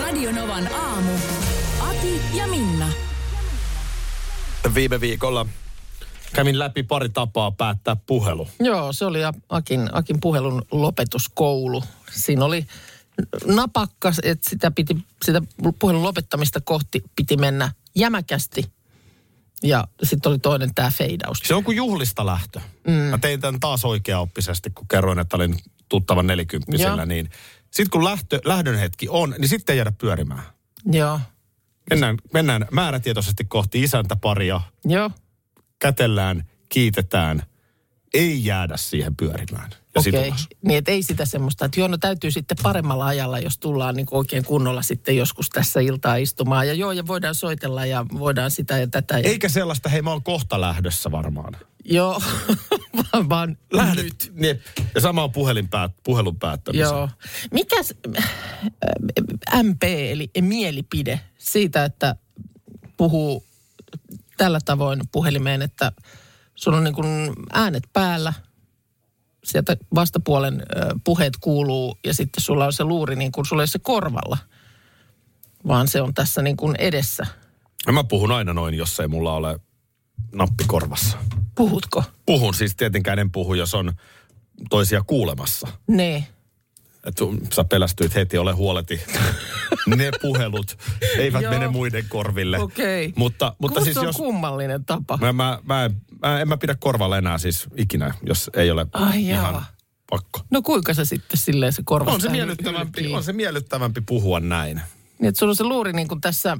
Radionovan aamu. Ati ja Minna. Viime viikolla kävin läpi pari tapaa päättää puhelu. Joo, se oli Akin, Akin puhelun lopetuskoulu. Siinä oli napakka, että sitä, piti, sitä puhelun lopettamista kohti piti mennä jämäkästi. Ja sitten oli toinen tämä feidaus. Se on kuin juhlista lähtö. Mm. Mä tein tämän taas oikeaoppisesti, kun kerroin, että olin tuttavan nelikymppisellä, Joo. niin sitten kun lähtö, lähdön hetki on, niin sitten ei jäädä pyörimään. Joo, Mennään, mennään määrätietoisesti kohti isäntäparia, joo. kätellään, kiitetään, ei jäädä siihen pyörimään. Ja sit Okei, ulos. niin et ei sitä semmoista, että joo, no täytyy sitten paremmalla ajalla, jos tullaan niin oikein kunnolla sitten joskus tässä iltaa istumaan. Ja joo, ja voidaan soitella ja voidaan sitä ja tätä. Ja... Eikä sellaista, hei mä oon kohta lähdössä varmaan. Joo, vaan, vaan nyt. Jep. Niin. Ja sama on puhelin päät, puhelun päättämisen. Joo. Mikäs äh, MP, eli mielipide siitä, että puhuu tällä tavoin puhelimeen, että sun on niin kuin äänet päällä, sieltä vastapuolen äh, puheet kuuluu ja sitten sulla on se luuri niin kuin sulla ei ole se korvalla, vaan se on tässä niin kuin edessä. Ja Mä puhun aina noin, jos ei mulla ole nappi korvassa. Puhutko? Puhun siis tietenkään en puhu, jos on toisia kuulemassa. Nee. Et sun- sä pelästyit heti, ole huoleti. ne puhelut eivät Joo. mene muiden korville. Okei. Mutta, mutta Kuulostaa siis jos... kummallinen tapa. Mä, mä, mä, mä, en mä pidä korvalla enää siis ikinä, jos ei ole Ai jaa. ihan pakko. No kuinka se sitten silleen se korva On se, tähän miellyttävämpi, hylkiin? on se miellyttävämpi puhua näin. Niin, että sulla on se luuri niin kuin tässä,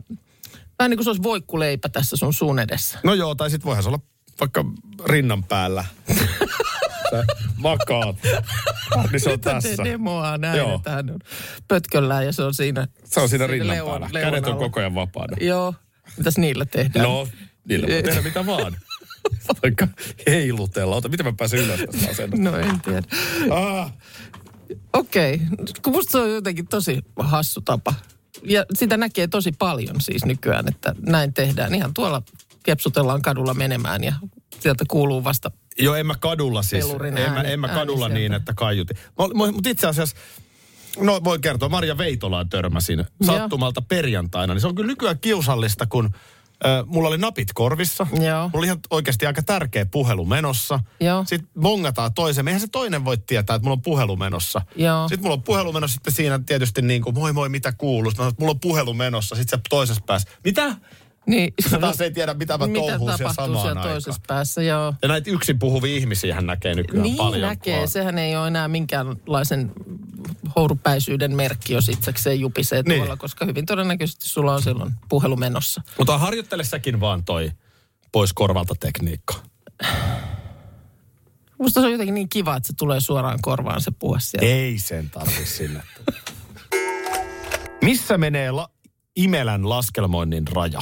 vähän niin kuin se olisi voikkuleipä tässä sun suun edessä. No joo, tai sit voihan se olla vaikka rinnan päällä. Sä makaat. Niin se on Nyt on te tässä. demoa näin, Joo. Joo. että hän on pötköllään ja se on siinä. Se on siinä siinä rinnan leuan- päällä. leuan Kädet on alla. koko ajan vapaana. Joo. Mitäs niillä tehdään? No, niillä voi tehdä mitä vaan. Vaikka heilutella. Ota, miten mä pääsen ylös tästä asennosta? No en tiedä. Ah, Okei, okay. kun musta se on jotenkin tosi hassu tapa. Ja sitä näkee tosi paljon siis nykyään, että näin tehdään. Ihan tuolla kepsutellaan kadulla menemään ja sieltä kuuluu vasta. Joo, en mä kadulla siis. Pelurin En mä, ääni- en mä ääni kadulla sieltä. niin, että kaiuti. Mutta itse asiassa, no voi kertoa, Maria Veitolaan törmäsin sattumalta perjantaina. Niin se on kyllä nykyään kiusallista, kun äh, mulla oli napit korvissa. Joo. Mulla oli ihan oikeasti aika tärkeä puhelu menossa. Joo. Sitten bongataan toisen. Eihän se toinen voi tietää, että mulla on puhelu menossa. Joo. Sitten mulla on puhelu menossa sitten siinä tietysti niin kuin, moi moi, mitä kuuluu. Sitten mä sanon, että mulla on puhelu menossa. Sitten se toisessa päässä, mitä? Niin, Sä taas ei tiedä, mitä mä mitä touhuun siellä tapahtuu samaan siellä aikaan. toisessa päässä. Joo. Ja näitä yksin puhuvia ihmisiä hän näkee nykyään niin paljon. näkee. kun on- Sehän ei ole enää minkäänlaisen hourupäisyyden merkki, jos itsekseen jupisee Niin. niin. tuolla, koska hyvin todennäköisesti sulla on silloin puhelu menossa. Mutta harjoittele säkin vaan toi pois korvalta tekniikka. Musta se on jotenkin niin kiva, että se tulee suoraan korvaan se puhe sieltä. Ei sen tarvi sinne. tulla. Missä menee la- Imelän laskelmoinnin raja?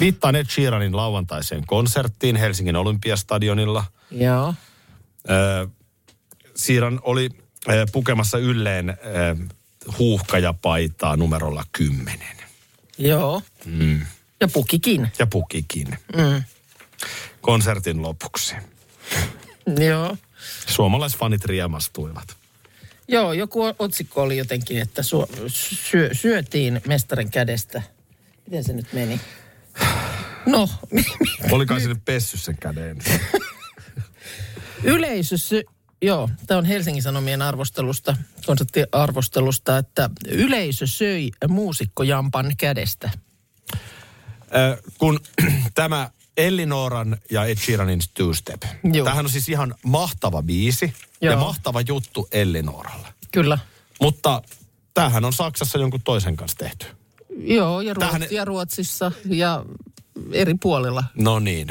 Viittaan Ed Sheeranin lauantaiseen konserttiin Helsingin Olympiastadionilla. Joo. Öö, Siiran oli öö, pukemassa ylleen öö, huuhkajapaitaa numerolla 10. Joo. Mm. Ja pukikin. Ja pukikin. Mm. Konsertin lopuksi. Joo. Suomalaisfanit riemastuivat. Joo, joku o- otsikko oli jotenkin, että suo, syö, syötiin mestarin kädestä. Miten se nyt meni? No, Olikaan sinne pessy sen käden. Yleisö, sy- joo, tämä on Helsingin Sanomien arvostelusta, konserttiarvostelusta, että yleisö söi muusikkojampan kädestä. Ö, kun tämä Elinoran ja Ed Sheeranin Two Step. Joo. Tämähän on siis ihan mahtava biisi ja Joo. mahtava juttu Elinoralle. Kyllä. Mutta tämähän on Saksassa jonkun toisen kanssa tehty. Joo, ja, Ruotsi, Tähän- ja Ruotsissa ja eri puolilla. No niin.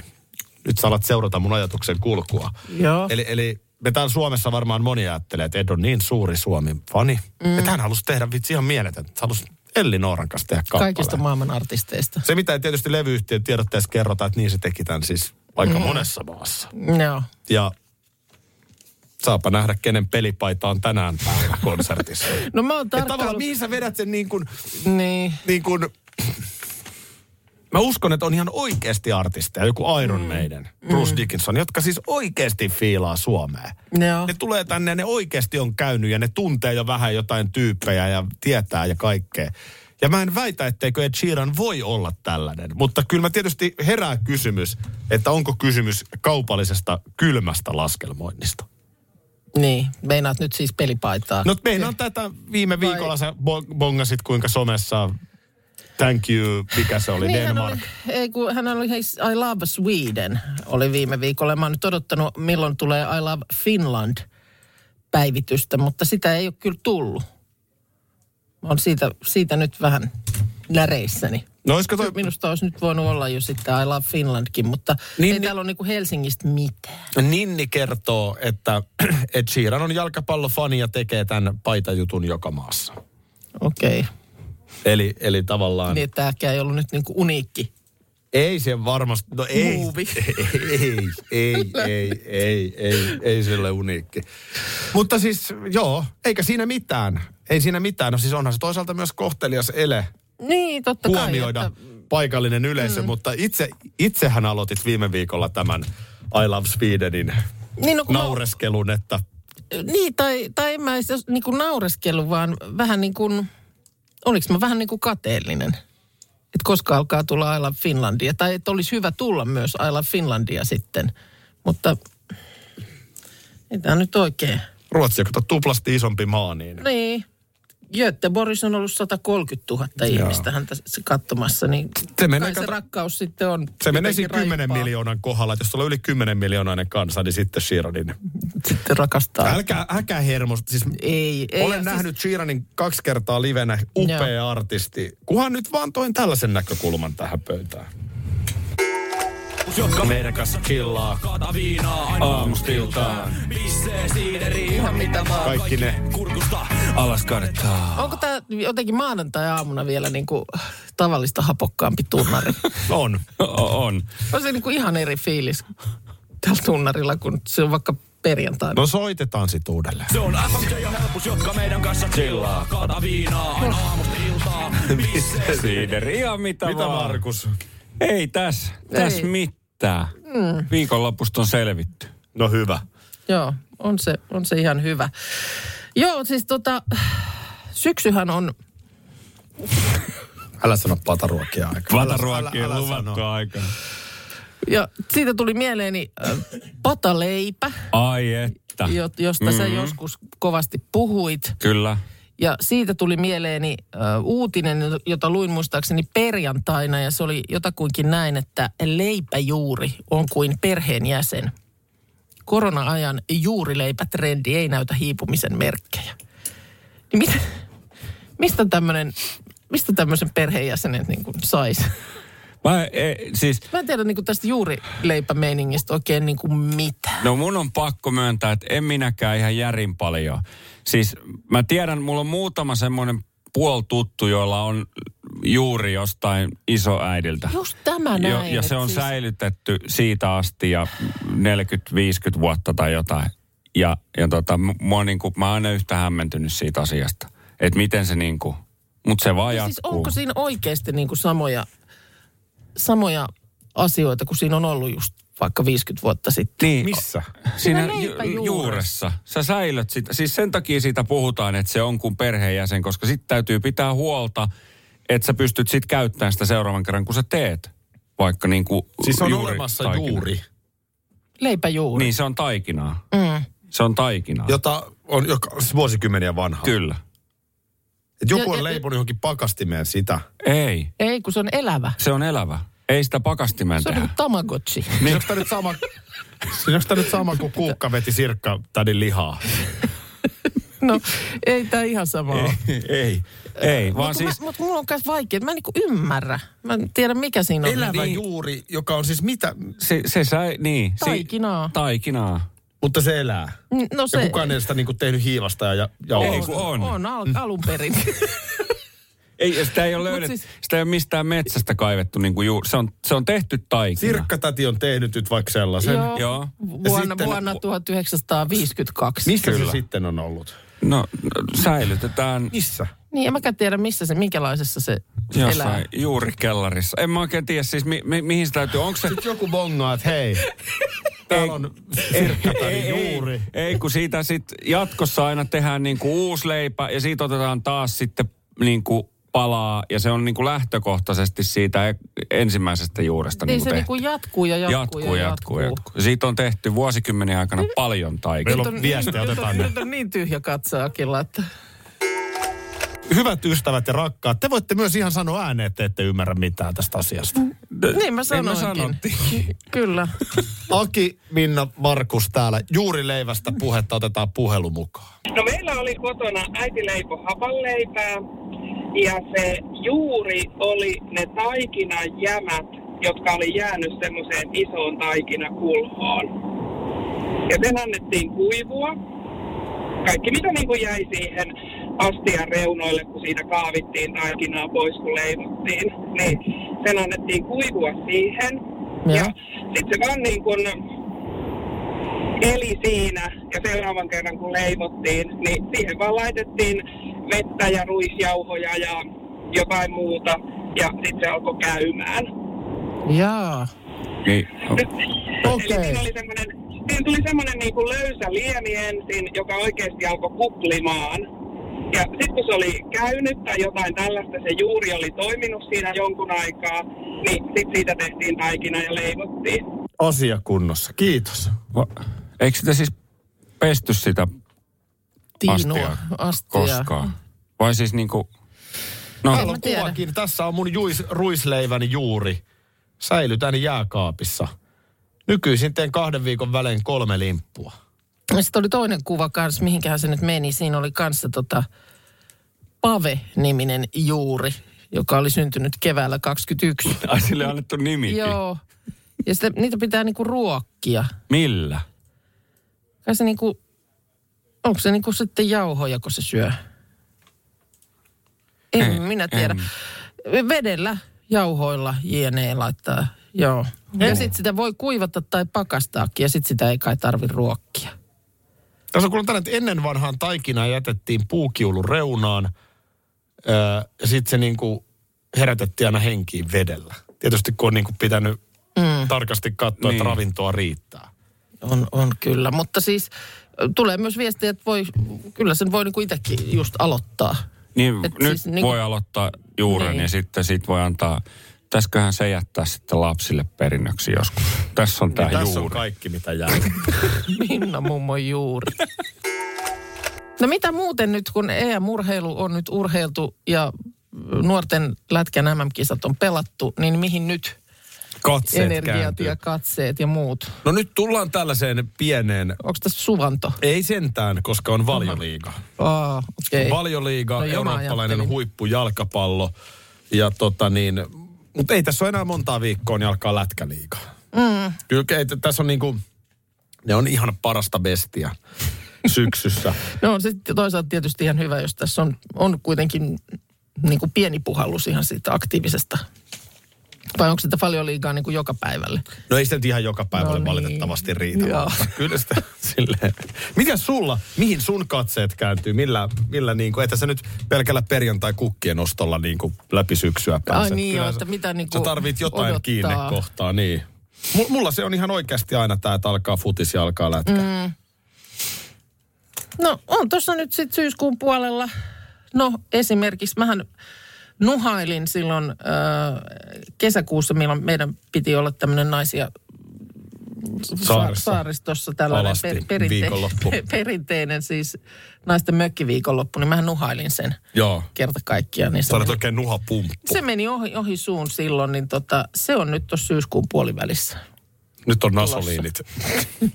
Nyt sä alat seurata mun ajatuksen kulkua. Joo. Eli, eli me täällä Suomessa varmaan moni ajattelee, että Ed on niin suuri Suomi-fani. Mm. Että hän halusi tehdä vitsi ihan mieletön. Hän halusi Elli Nooran kanssa tehdä kappaleen. Kaikista maailman artisteista. Se, mitä ei tietysti levyyhtiön tiedotteessa kerrota, että niin se teki tämän siis aika mm. monessa maassa. Joo. Ja saapa nähdä, kenen pelipaita on tänään päivänä konsertissa. No mä oon Et tavallaan tarkkaillut... mihin sä vedät sen niin kuin, Niin. niin kuin, mä uskon, että on ihan oikeasti artisteja, joku Iron Mm. Maiden, Bruce Dickinson, jotka siis oikeasti fiilaa Suomea. Joo. Ne tulee tänne ja ne oikeasti on käynyt ja ne tuntee jo vähän jotain tyyppejä ja tietää ja kaikkea. Ja mä en väitä, etteikö Ed Sheeran voi olla tällainen, mutta kyllä mä tietysti herää kysymys, että onko kysymys kaupallisesta kylmästä laskelmoinnista. Niin. Meinaat nyt siis pelipaitaa. No meinaan tätä viime viikolla sä bo- bongasit kuinka somessa thank you, mikä se oli, Niin, hän Denmark. oli, ei kun hän oli, hei, I Love Sweden oli viime viikolla. Mä oon nyt odottanut, milloin tulee I Love Finland päivitystä, mutta sitä ei ole kyllä tullut. Mä oon siitä, siitä nyt vähän näreissäni. No olisiko toi, Kyllä Minusta olisi nyt voinut olla jo sitten I Love Finlandkin, mutta Niin, niin, ei niin. niin. täällä ole niinku Helsingistä mitään. Ninni kertoo, että Ed Sheeran on jalkapallofani ja tekee tämän paitajutun joka maassa. Okei. Okay. Eli, eli tavallaan... Niin, että tämäkään ei ollut nyt niinku uniikki. Ei se varmasti, no ei. Muuvi. Ei, ei, ei, ei, ei, ei sille uniikki. Mutta siis, joo, eikä siinä mitään. Ei siinä mitään. No siis onhan se toisaalta myös kohtelias ele Niin, totta huomioida kai. paikallinen yleisö, mm. mutta itse, itsehän aloitit viime viikolla tämän I Love Swedenin Niin, no, kun mä- naureskelun, että Niin, tai, tai en mä sitä niin kuin naureskellut, vaan vähän niin kuin, oliks mä vähän niin kuin kateellinen? Että koska alkaa tulla I Love Finlandia, tai että olisi hyvä tulla myös I Love Finlandia sitten. Mutta ei tämä nyt oikein. Ruotsi, joka on tuplasti isompi maa, niin Niin, Göteborgissa on ollut 130 000 ihmistä häntä s- katsomassa, niin se menee, kai se kato- rakkaus sitten on. se menee jotenkin siinä 10 raippaa. miljoonan kohdalla, että jos sulla on yli 10 miljoonainen kansa, niin sitten Sheeranin. Sitten rakastaa. Älkää, älkää hermosta, siis Ei, ei. Ei, Olen ja siis- nähnyt Sheeranin kaksi kertaa livenä, upea Joo. artisti. Kuhan nyt vaan toin tällaisen näkökulman tähän pöytään. Jotka meidän kanssa chillaa aamustiltaan. Kaikki ne. Onko tämä jotenkin maanantai-aamuna vielä niin kuin tavallista hapokkaampi tunnari? On. on. On se niin kuin ihan eri fiilis tällä tunnarilla, kun se on vaikka perjantaina. No soitetaan sit uudelleen. Se on FMJ ja helpus, jotka meidän kanssa chillaa. Kaata viinaa aina aamusta iltaan. Siideri ja mitä, Mitä vaan. Markus? Ei tässä, tässä Ei. mitään. Mm. Viikonlopusta on selvitty. No hyvä. Joo, on se, on se ihan hyvä. Joo, siis tota, syksyhän on, Älä sano pataruokia aika. Vataruokia luvattu aika. ja siitä tuli mieleeni äh, pataleipä, Ai että. jo- josta mm-hmm. sä joskus kovasti puhuit. Kyllä. Ja siitä tuli mieleeni ö, uutinen, jota luin muistaakseni perjantaina, ja se oli jotakuinkin näin, että leipäjuuri on kuin perheenjäsen. Korona-ajan juurileipätrendi ei näytä hiipumisen merkkejä. Niin mitä, mistä tämmöinen, mistä tämmöisen perheenjäsenet niin kuin saisi? Mä, e, siis, Mä en tiedä niin kuin tästä juurileipämeiningistä oikein niin kuin mitään. no mun on pakko myöntää, että en minäkään ihan järin paljon. Siis mä tiedän, mulla on muutama semmoinen puoltuttu, joilla on juuri jostain isoäidiltä. Just tämä näin. Jo, ja se että on siis... säilytetty siitä asti ja 40-50 vuotta tai jotain. Ja, ja tota, mu- mua niinku, mä oon aina yhtä hämmentynyt siitä asiasta. Että miten se niinku, mut se vaan Ja jatkuu. Siis onko siinä oikeasti niin kuin samoja, samoja asioita kuin siinä on ollut just vaikka 50 vuotta sitten? Niin, Missä? siinä Siinä leipäjuuressa. ju- juuressa. Sä säilöt sitä. Siis sen takia siitä puhutaan, että se on kuin perheenjäsen, koska sit täytyy pitää huolta, että sä pystyt sit käyttämään sitä seuraavan kerran, kun sä teet. Vaikka niinku Siis on juuri, olemassa taikina. juuri, Leipäjuuri. Niin, se on taikinaa. Mm. Se on taikinaa. jota on joka, on vuosikymmeniä vanha. Kyllä. Et joku Ja- on ja- leiponut johonkin pakastimeen sitä. Niin. Ei. Ei, kun se on elävä. Se on elävä. Ei sitä pakastimeen Se on tehdä. niin kuin tamagotchi. Niin. Onko tämä nyt sama, onko tämä nyt sama kuin kuukka veti sirkka tädin lihaa? No, ei tämä ihan sama ole. Ei. Ei, vaan Mutta siis... mut mulla on myös vaikea. Mä en niinku ymmärrä. Mä en tiedä, mikä No siinä on. niin. Niin. Elävä juuri, joka on siis mitä? Se, se sai, niin. si- Taikinaa. taikinaa. Mutta se elää. No Ja se kukaan ei sitä niinku tehnyt hiivasta ja, ja Ei, jauhoista. kun on. Mm. on al- alun perin. Ei, sitä ei ole löydetty, siis- sitä ei ole mistään metsästä kaivettu. Niin kuin juu, se, on, se on tehty taikina. Sirkkatäti on tehnyt nyt vaikka sellaisen. Joo. Joo. Ja Vuonna, sitten- vuonna 1952. Missä Kyllä. se sitten on ollut? No, säilytetään Missä? Niin, en mäkään tiedä, missä se, minkälaisessa se elää. Niin, jossain juuri kellarissa. En mä oikein tiedä siis, mi, mi, mihin se täytyy. Onko se... Sitten joku bongaa, että hei, täällä on sirkkatäti juuri. Ei, kun siitä sit jatkossa aina tehdään niinku uusi leipä ja siitä otetaan taas sitten niinku palaa ja se on niinku lähtökohtaisesti siitä e- ensimmäisestä juuresta Niin niinku se tehty. niinku jatkuu ja jatkuu, Mm-hmm. jatkuu, jatkuu, jatkuu. Siitä on tehty vuosikymmeniä aikana paljon taikinaa. Meillä on viestejä, nyt, otetaan on, ne. nyt on niin tyhjä katsoakilla, että Hyvät ystävät ja rakkaat, te voitte myös ihan sanoa ääneen, että ette ymmärrä mitään tästä asiasta. niin mä sanoinkin. Kyllä. Aki, Minna, Markus täällä. Juuri leivästä puhetta otetaan puhelu mukaan. No meillä oli kotona äiti leipo hapanleipää ja se juuri oli ne taikinan jämät, jotka oli jäänyt semmoiseen isoon taikinakulhoon. Ja sen annettiin kuivua. Kaikki mitä niin kuin jäi siihen astian reunoille, kun siitä kaavittiin taikinaa pois, kun leivottiin, niin sen annettiin kuivua siihen. Joo. Ja sitten se vaan niin kuin eli siinä ja seuraavan kerran kun leivottiin, niin siihen vaan laitettiin vettä ja ruisjauhoja ja jotain muuta ja sitten se alkoi käymään. Jaa. Niin, Eli siinä oli semmoinen, siinä tuli semmoinen niin kuin löysä liemi ensin, joka oikeasti alkoi kuplimaan. Ja sitten kun se oli käynyt tai jotain tällaista, se juuri oli toiminut siinä jonkun aikaa, niin sitten siitä tehtiin taikina ja leivottiin. Asia kunnossa. Kiitos. va- eikö sitä siis pesty sitä Tiinua. astia, koskaan? Vai siis niinku... No, Täällä on tiedä. kuvakin. Tässä on mun juis, ruisleiväni juuri. Säilytän jääkaapissa. Nykyisin teen kahden viikon välein kolme limppua. Ja sitten oli toinen kuva kanssa, mihinkähän se nyt meni. Siinä oli kanssa tota Pave-niminen juuri, joka oli syntynyt keväällä 21. ai sille on annettu nimikin. Joo. Ja sitä, niitä pitää niinku ruokkia. Millä? Kai se niinku, onko se niinku sitten jauhoja, kun se syö? En Ei, minä tiedä. Vedellä, jauhoilla, jne. laittaa, joo. Ja sitten sitä voi kuivata tai pakastaakin ja sitten sitä ei kai tarvi ruokkia. Tässä on kuullut tänne, että ennen vanhaan taikinaa jätettiin puukiulu reunaan. Öö, ja sitten se niinku herätettiin aina henkiin vedellä. Tietysti kun on niinku pitänyt mm. tarkasti katsoa, niin. että Niin. ravintoa riittää. On, on kyllä, mutta siis ö, tulee myös viestiä, että voi, kyllä sen voi niinku itsekin just aloittaa. Niin, Et nyt siis siis, niinku- niin voi aloittaa juuren Niin. niin. ja sitten sit voi antaa... Pitäisiköhän se jättää sitten lapsille perinnöksi joskus? Niin, Tässä on tämä Niin Tässä juuri. on kaikki, mitä jää. Minna mummo juuri. No mitä muuten nyt, kun EM-urheilu on nyt urheiltu ja nuorten lätkän MM-kisat on pelattu, niin mihin nyt Katseet energiat kääntyy. ja katseet ja muut? No nyt tullaan tällaiseen pieneen, Onko tässä suvanto? ei sentään, koska on valioliiga. Aa, okei. Okay. Valioliiga, No no, joo, mä eurooppalainen ajattelin. huippujalkapallo. Ja tota niin, mutta ei tässä ole enää montaa viikkoa, niin alkaa lätkäliiga. Mm. Kyllä ei, t- tässä on niinku, ne on ihan parasta bestiä syksyssä. No on se sitten toisaalta tietysti ihan hyvä, jos tässä on, on kuitenkin niin kuin pieni puhallus ihan siitä aktiivisesta. Vai onko sitä paljon liikaa niin kuin joka päivälle? No ei se nyt ihan joka päivä No no niin. niin. valitettavasti riitä. Joo. mutta Kyllä sitä silleen. Mikä sulla, mihin sun katseet kääntyy? Millä, millä niin kuin, että sä nyt pelkällä perjantai-kukkien ostolla niin kuin läpi syksyä pääset. niin Kyllä joo, sä- että mitä niin Sä kuin tarvit jotain odottaa. kiinnekohtaa, niin. M- mulla se on ihan oikeasti aina tää, että alkaa futis ja alkaa lätkä. Mm. No on tuossa nyt sitten syyskuun puolella. No esimerkiksi mähän nuhailin silloin ö, kesäkuussa, milloin meidän piti olla tämmöinen naisia saaristossa, Saaressa. saaristossa tällainen Alasti per, perinte, viikonloppu. per, perinteinen siis naisten mökkiviikonloppu, niin mähän nuhailin sen Joo. kerta kaikkiaan. Niin se, Sä olet meni, oikein nuhapumppu. se meni ohi, ohi suun silloin, niin tota, se on nyt tuossa syyskuun puolivälissä. Nyt on nasoliinit.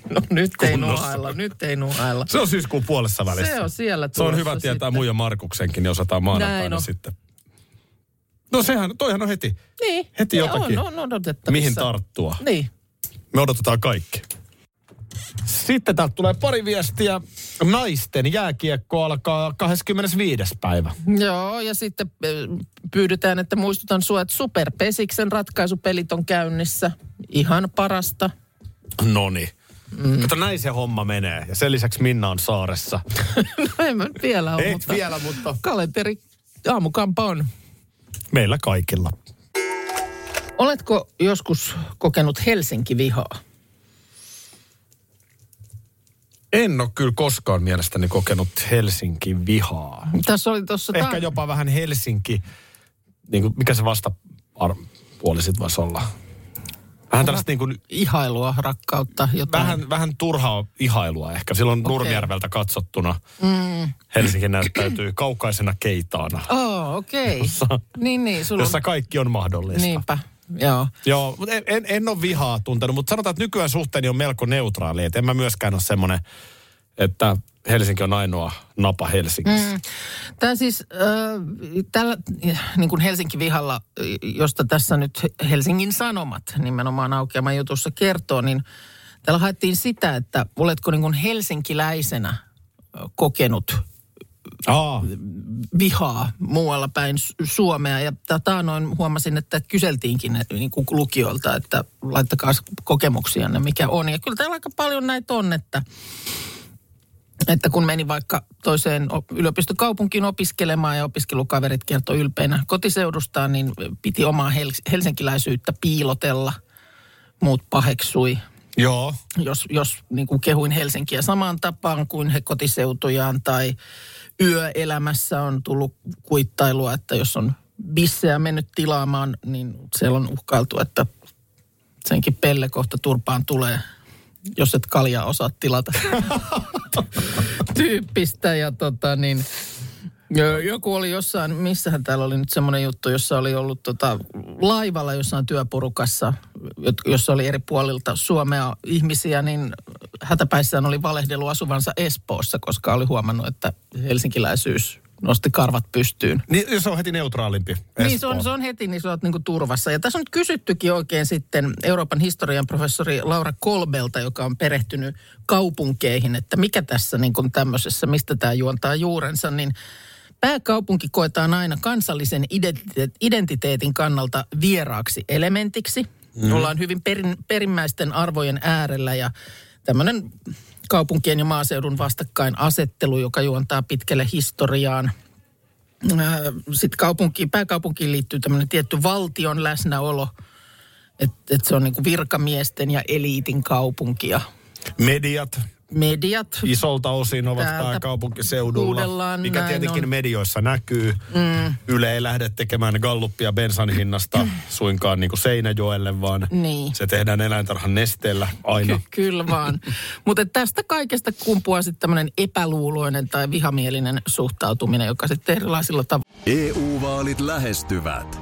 No nyt ei Kunnossa. nuhailla, nyt ei nuhailla. Se on syyskuun puolessa välissä. Se on siellä Se on tulossa hyvä tietää sitten. muija Markuksenkin, niin osataan Näin maanantaina on. sitten. No sehän, toihan on heti. Niin. Heti Ja jotakin. On, on odotettavissa. Mihin tarttua? Niin. Me odotetaan kaikki. Sitten täältä tulee pari viestiä. Naisten jääkiekko alkaa 25. päivä. Joo, ja sitten ö, pyydetään, että muistutan sua, että superpesiksen ratkaisupelit on käynnissä. Ihan parasta. Noni. Mm. Mutta näin se homma menee. Ja sen lisäksi Minna on saaressa. No en mä nyt vielä ole, Et mutta vielä, mutta kalenteri aamukampa on. meillä kaikilla. Oletko joskus kokenut Helsinki-vihaa? En ole kyllä koskaan mielestäni kokenut Helsinkin vihaa. Tässä oli tuossa... Ehkä jopa vähän Helsinki, niin kuin, mikä se vastapuoli sitten voisi olla. Vähän tällaista niin kuin, Ihailua, rakkautta, jotain. vähän, vähän turhaa ihailua ehkä. Silloin okay. Nurmijärveltä katsottuna mm. Helsinki näyttäytyy kaukaisena keitaana, Oh, okei. Okay. Niin, niin, sulla jossa kaikki on mahdollista. Niinpä, joo. Joo, mutta en, en, en ole vihaa tuntenut, mutta sanotaan, että nykyään suhteeni on melko neutraali. Et en mä myöskään ole semmoinen, että Helsinki on ainoa napa Helsingissä. Mm. Tämä siis, äh, tällä, niin kuin Helsinki-vihalla, josta tässä nyt Helsingin Sanomat nimenomaan aukeaman jutussa kertoo, niin täällä haettiin sitä, että oletko niin kuin helsinkiläisenä äh, kokenut Aa, vihaa muualla päin Su- Suomea. Ja tätä noin huomasin, että kyseltiinkin ne niin kuin lukijoilta, että laittakaa kokemuksia, mikä on. Ja kyllä täällä aika paljon näitä on, että, että kun meni vaikka toiseen o- yliopistokaupunkiin opiskelemaan ja opiskelukaverit kertoi ylpeinä kotiseudustaan, niin piti omaa hel- helsinkiläisyyttä piilotella. Muut paheksui joo. jos, jos niin kuin kehuin Helsinkiä samaan tapaan kuin he kotiseutujaan tai yöelämässä on tullut kuittailua, että jos on bissejä mennyt tilaamaan, niin siellä on uhkailtu, että senkin pelle kohta turpaan tulee, jos et kaljaa osaa tilata. Tyyppistä ja tota niin... Joo, Joku oli jossain, missähän täällä oli nyt semmoinen juttu, jossa oli ollut tota, laivalla jossain työporukassa, jot- jossa oli eri puolilta Suomea ihmisiä, niin hätäpäissään oli valehdellut asuvansa Espoossa, koska oli huomannut, että helsinkiläisyys nosti karvat pystyyn. Niin, se on heti neutraalimpi. Niin, se on, se on heti, niin sä oot niinku turvassa. Ja tässä on nyt kysyttykin oikein sitten Euroopan historian professori Laura Kolbelta, joka on perehtynyt kaupunkeihin, että mikä tässä niinku tämmöisessä, mistä tämä juontaa juurensa, niin pääkaupunki koetaan aina kansallisen identite- identiteetin kannalta vieraaksi elementiksi. Mm. Ollaan hyvin perin, perimmäisten arvojen äärellä ja tämmöinen kaupunkien ja maaseudun vastakkainasettelu, joka juontaa pitkälle historiaan – sitten kaupunkiin, Äh, pääkaupunkiin liittyy tämmöinen tietty valtion läsnäolo, että et se on niinku virkamiesten ja eliitin kaupunki ja Mediat mediat. isolta osin ovat Täältä pääkaupunkiseudulla, huudellaan, mikä näin tietenkin on. on. medioissa näkyy. Mm. Yle ei lähde tekemään galluppia bensan hinnasta suinkaan niin kuin Seinäjoelle, vaan Mm. Niin. se tehdään eläintarhan nesteellä aina. Ky- kyllä vaan. Mutta tästä kaikesta kumpuaa sitten tämmöinen epäluuloinen tai vihamielinen suhtautuminen, joka sitten erilaisilla tavoilla EU-vaalit E lähestyvät.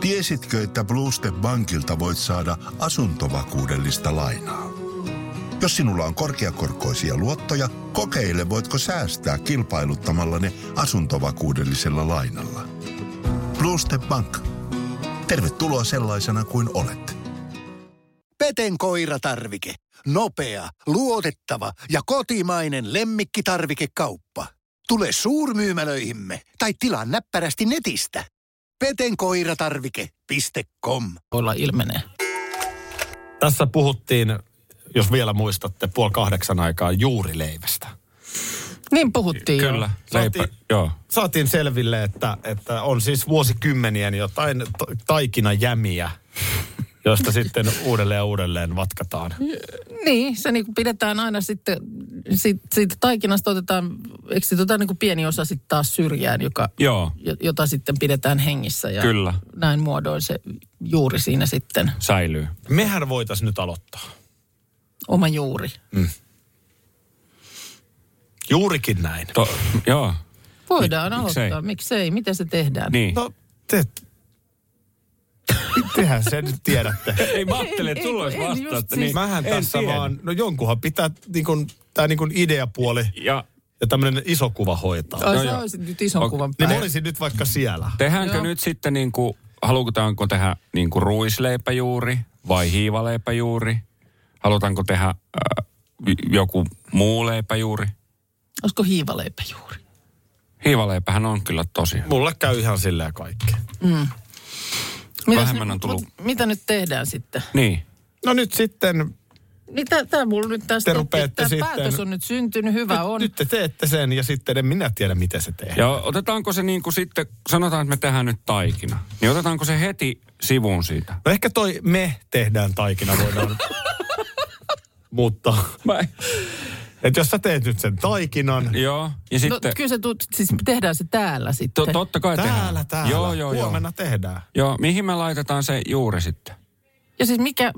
tiesitkö, että Blue Step Bankilta voit saada asuntovakuudellista lainaa? Jos sinulla on korkeakorkoisia luottoja, kokeile voitko säästää kilpailuttamalla ne asuntovakuudellisella lainalla. Blue Step Bank. Tervetuloa sellaisena kuin olet. Peten koiratarvike. Nopea, luotettava ja kotimainen lemmikkitarvikekauppa. Tule suurmyymälöihimme tai tilaa näppärästi netistä. petenkoiratarvike.com ilmenee. Tässä puhuttiin, jos vielä muistatte, puoli kahdeksan aikaa juurileivästä. Niin puhuttiin jo. Kyllä. Saatiin- Leipä, joo. Saatiin selville, että, että on siis vuosikymmenien jotain ta- taikinajämiä, joista sitten uudelleen ja uudelleen vatkataan. Niin, se niin pidetään aina sitten, sit, siitä taikinasta otetaan, eikö siitä otetaan niin kuin pieni osa sitten taas syrjään, joka, Joo. jo- jota sitten pidetään hengissä. Ja Kyllä. Näin muodoin se juuri siinä sitten, Säilyy. Mehän voitaisiin nyt aloittaa. oma juuri. Juurikin näin. To, joo, Voidaan Mik- aloittaa. miksei? Miksei? Miten se tehdään? niin. No, te... Tehän sen nyt tiedätte. Ei mä ajattelin, että sulla olisi Ei, ei, just vastausta. siis- Niin Mähän en tässä tiedä. vaan, no jonkunhan pitää niin kun, tämä niin kun ideapuoli Ja ja tämmöinen iso kuva hoitaa. Ai, No sä joo. olisit nyt ison Ok, kuvan Niin mä päällä. olisin nyt vaikka siellä. Tehdäänkö Joo. nyt sitten niin kuin, halutaanko tehdä niin kuin ruisleipäjuuri vai hiivaleipäjuuri? Halutaanko tehdä äh, j- joku muu leipäjuuri? Olisiko hiivaleipä juuri? Hiivaleipähän on kyllä tosi hyvä. Mulle käy ihan silleen kaikki. Vähemmän on tullut. mut mitä nyt tehdään sitten? Niin. No nyt sitten, Mitä tämä mulla nyt Te tästä rupeatte Tämä sitten- päätös on nyt syntynyt, hyvä on. nyt te teette sen ja sitten en minä tiedä, miten se tehdään. Ja otetaanko se niin kuin sitten, sanotaan, että me tehdään nyt taikina. Niin otetaanko se heti sivuun siitä? No ehkä toi me tehdään taikina voidaan muuttaa. Mä... Että jos sä teet nyt sen taikinan, Joo. no, Ja sitten, kyllä se tu- siis tehdään se täällä sitten. to, totta kai täällä, tehdään. täällä, Joo, joo, joo. huomenna tehdään. Joo, mihin me laitetaan se juuri sitten? Ja siis mikä,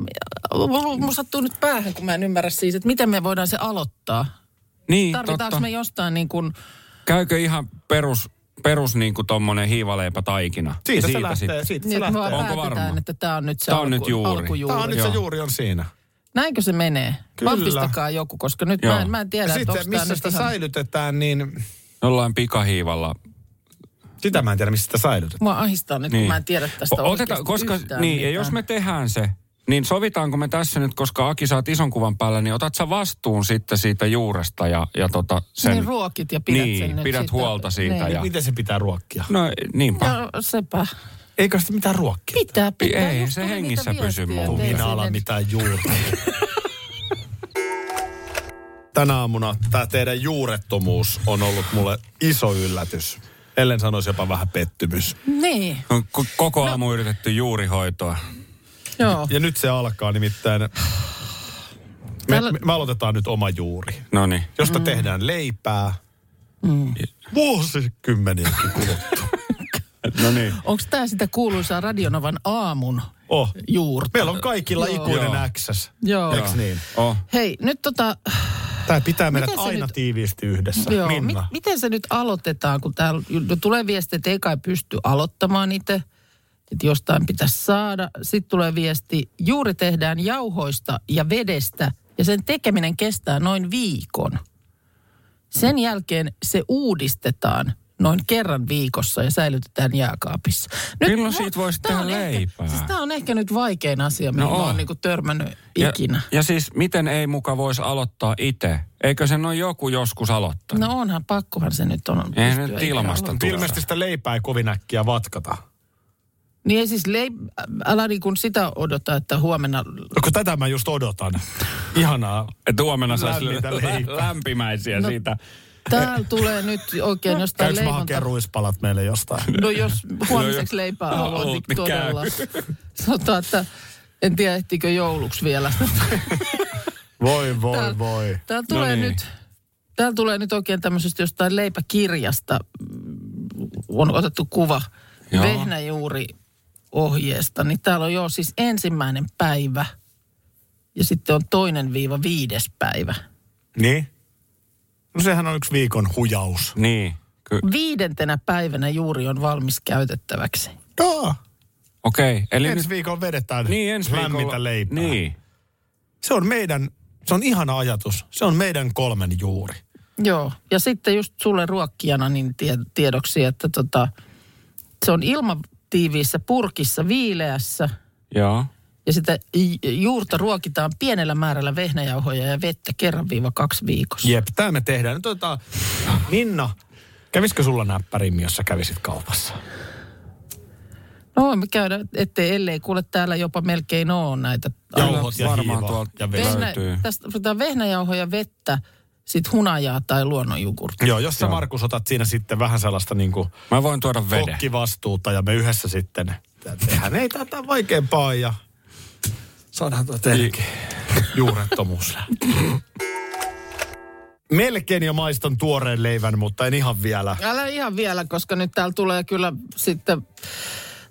mulla sattuu nyt päähän, kun mä en ymmärrä siis, että miten me voidaan se aloittaa. Niin, Tarvitaanko totta. me jostain niin kuin, Käykö ihan perus, perus niin kuin tommonen hiivaleipä taikina? Siitä, siitä se lähtee, sitten. siitä se niin että me vaan Onko lähtee. päätetään, varma? että tämä on nyt se Tää on alku, nyt juuri. alkujuuri. Tää on nyt se Joo. juuri on siinä. Näinkö se menee? Kyllä. Vahvistakaa joku, koska nyt Joo. mä en, mä en tiedä, että onko Sitten tämä missä nyt sitä ihan... säilytetään, niin Jollain pikahiivalla. sitä mä en tiedä, missä sitä säilytetään. Mua ahdistaa nyt, niin. kun mä en tiedä tästä O- oikeasti koska, yhtään niin, ja mitään. jos me tehdään se, niin sovitaanko me tässä nyt, koska Aki saat ison kuvan päällä, niin otat sä vastuun sitten siitä juuresta ja, ja tota sen... Niin ruokit ja pidät niin, sen nyt pidät siitä- huolta siitä. Niin. Ja, Miten se pitää ruokkia? no niinpä. No sepä. Eikö sitä mitään ruokkia? Pitää, pitää. Ei, just se tuli hengissä niitä pysy viestejä muuten. teille. Minä ala mitään juurta. Tänä aamuna tämä teidän juurettomuus on ollut mulle iso yllätys. Ellen sanoisi jopa vähän pettymys. Niin, On ko- No, Koko aamu yritetty juurihoitoa. joo. Ja nyt se alkaa nimittäin. Me, Täällä- me, me aloitetaan nyt oma juuri, No niin. josta mm. tehdään leipää. Mm. Vuosikymmeniäkin kuluttua. No niin. Onko tämä sitä kuuluisaa Radionovan aamun Oh. juurta? Meillä on kaikilla Joo. ikuinen Joo. X. Joo. Eiks niin? Oh. Hei, nyt tota, Tämä pitää meidät Miten se aina nyt- tiiviisti yhdessä. joo, mi- Minna. miten se nyt aloitetaan, kun täällä no, tulee viesti, että ei kai pysty aloittamaan itse, että jostain pitäisi saada. Sitten tulee viesti, juuri tehdään jauhoista ja vedestä ja sen tekeminen kestää noin viikon. Sen jälkeen se uudistetaan noin kerran viikossa ja säilytetään jääkaapissa. Kyllä mu- siitä voisi tää on tehdä ehkä- leipää. Siis tämä on ehkä nyt vaikein asia, mihin No no, mä on. oon niinku törmännyt Ja, ikinä. ja siis miten ei muka voisi aloittaa itse? Eikö sen ole joku joskus aloittanut? No onhan, pakkohan se nyt on. Ei pystyä nyt ikinä ilmasta aloittamaan. Mutta Ilmeisesti sitä leipää ei kovin äkkiä vatkata. Niin ei siis leip, älä niin kuin sitä odota, että huomenna... No kun tätä mä just odotan. Ihanaa. Että huomenna saisi Lämmintä lä- leipää. lämpimäisiä no. siitä. Täällä tulee nyt oikein jostain Käykö mä leivonta... hakee ruispalat meille jostain? No jos huomiseksi leipää Haluat, haluat, niin niin käy. todella. Sanotaan, että en tiedä ehtiikö jouluksi vielä. Voi, voi, Tää- voi. Täällä tulee, niin. nyt, täällä tulee nyt oikein tämmöisestä jostain leipäkirjasta. On otettu kuva Joo. vehnäjuuri ohjeesta. Niin täällä on jo siis ensimmäinen päivä ja sitten on toinen viiva viides päivä. Niin? No sehän on yksi viikon hujaus. Niin. Ky- Viidentenä päivänä juuri on valmis käytettäväksi. No, Okei. Okay. Eli ensi nyt... viikolla vedetään Niin, ensi lämmintä viikolla. leipää. Niin. Se on meidän, se on ihana ajatus. Se on meidän kolmen juuri. Joo, ja sitten just sulle ruokkijana niin tie, tiedoksi, että tota, se on ilmatiiviissä purkissa viileässä Joo. ja sitä i- juurta ruokitaan pienellä määrällä vehnäjauhoja ja vettä kerran viiva kaksi viikossa. Jep, tämä me tehdään. Nyt otetaan, Minna, kävisikö sulla näppärimmi, jos sä kävisit kaupassa? No voimme käydä, ettei ellei kuule täällä jopa melkein oo näitä. Jauhot ja varmaan hiiva tuolta ja vesi. Vehnä, löytyy. tästä otetaan vehnäjauhoja, vettä, sit hunajaa tai luonnonjogurttia. Joo, jos sä Markus otat siinä sitten vähän sellaista niin kuin Mä voin tuoda veden. kokkivastuuta ja me yhdessä sitten tehdään. Ei tätä vaikeampaa ja saadaan tuo teidänkin juurettomuus läpi. Melkein jo maistan tuoreen leivän, mutta en ihan vielä. Älä ihan vielä, koska nyt täällä tulee kyllä sitten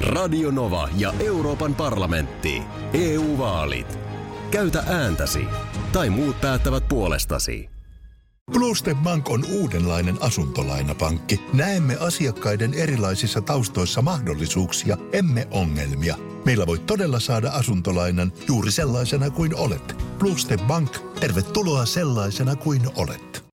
Radio Nova ja Euroopan parlamentti. EU-vaalit. Käytä ääntäsi. Tai muut päättävät puolestasi. Bluestep Bank on uudenlainen asuntolainapankki. Näemme asiakkaiden erilaisissa taustoissa mahdollisuuksia, emme ongelmia. Meillä voi todella saada asuntolainan juuri sellaisena kuin olet. Bluestep Bank, tervetuloa sellaisena kuin olet.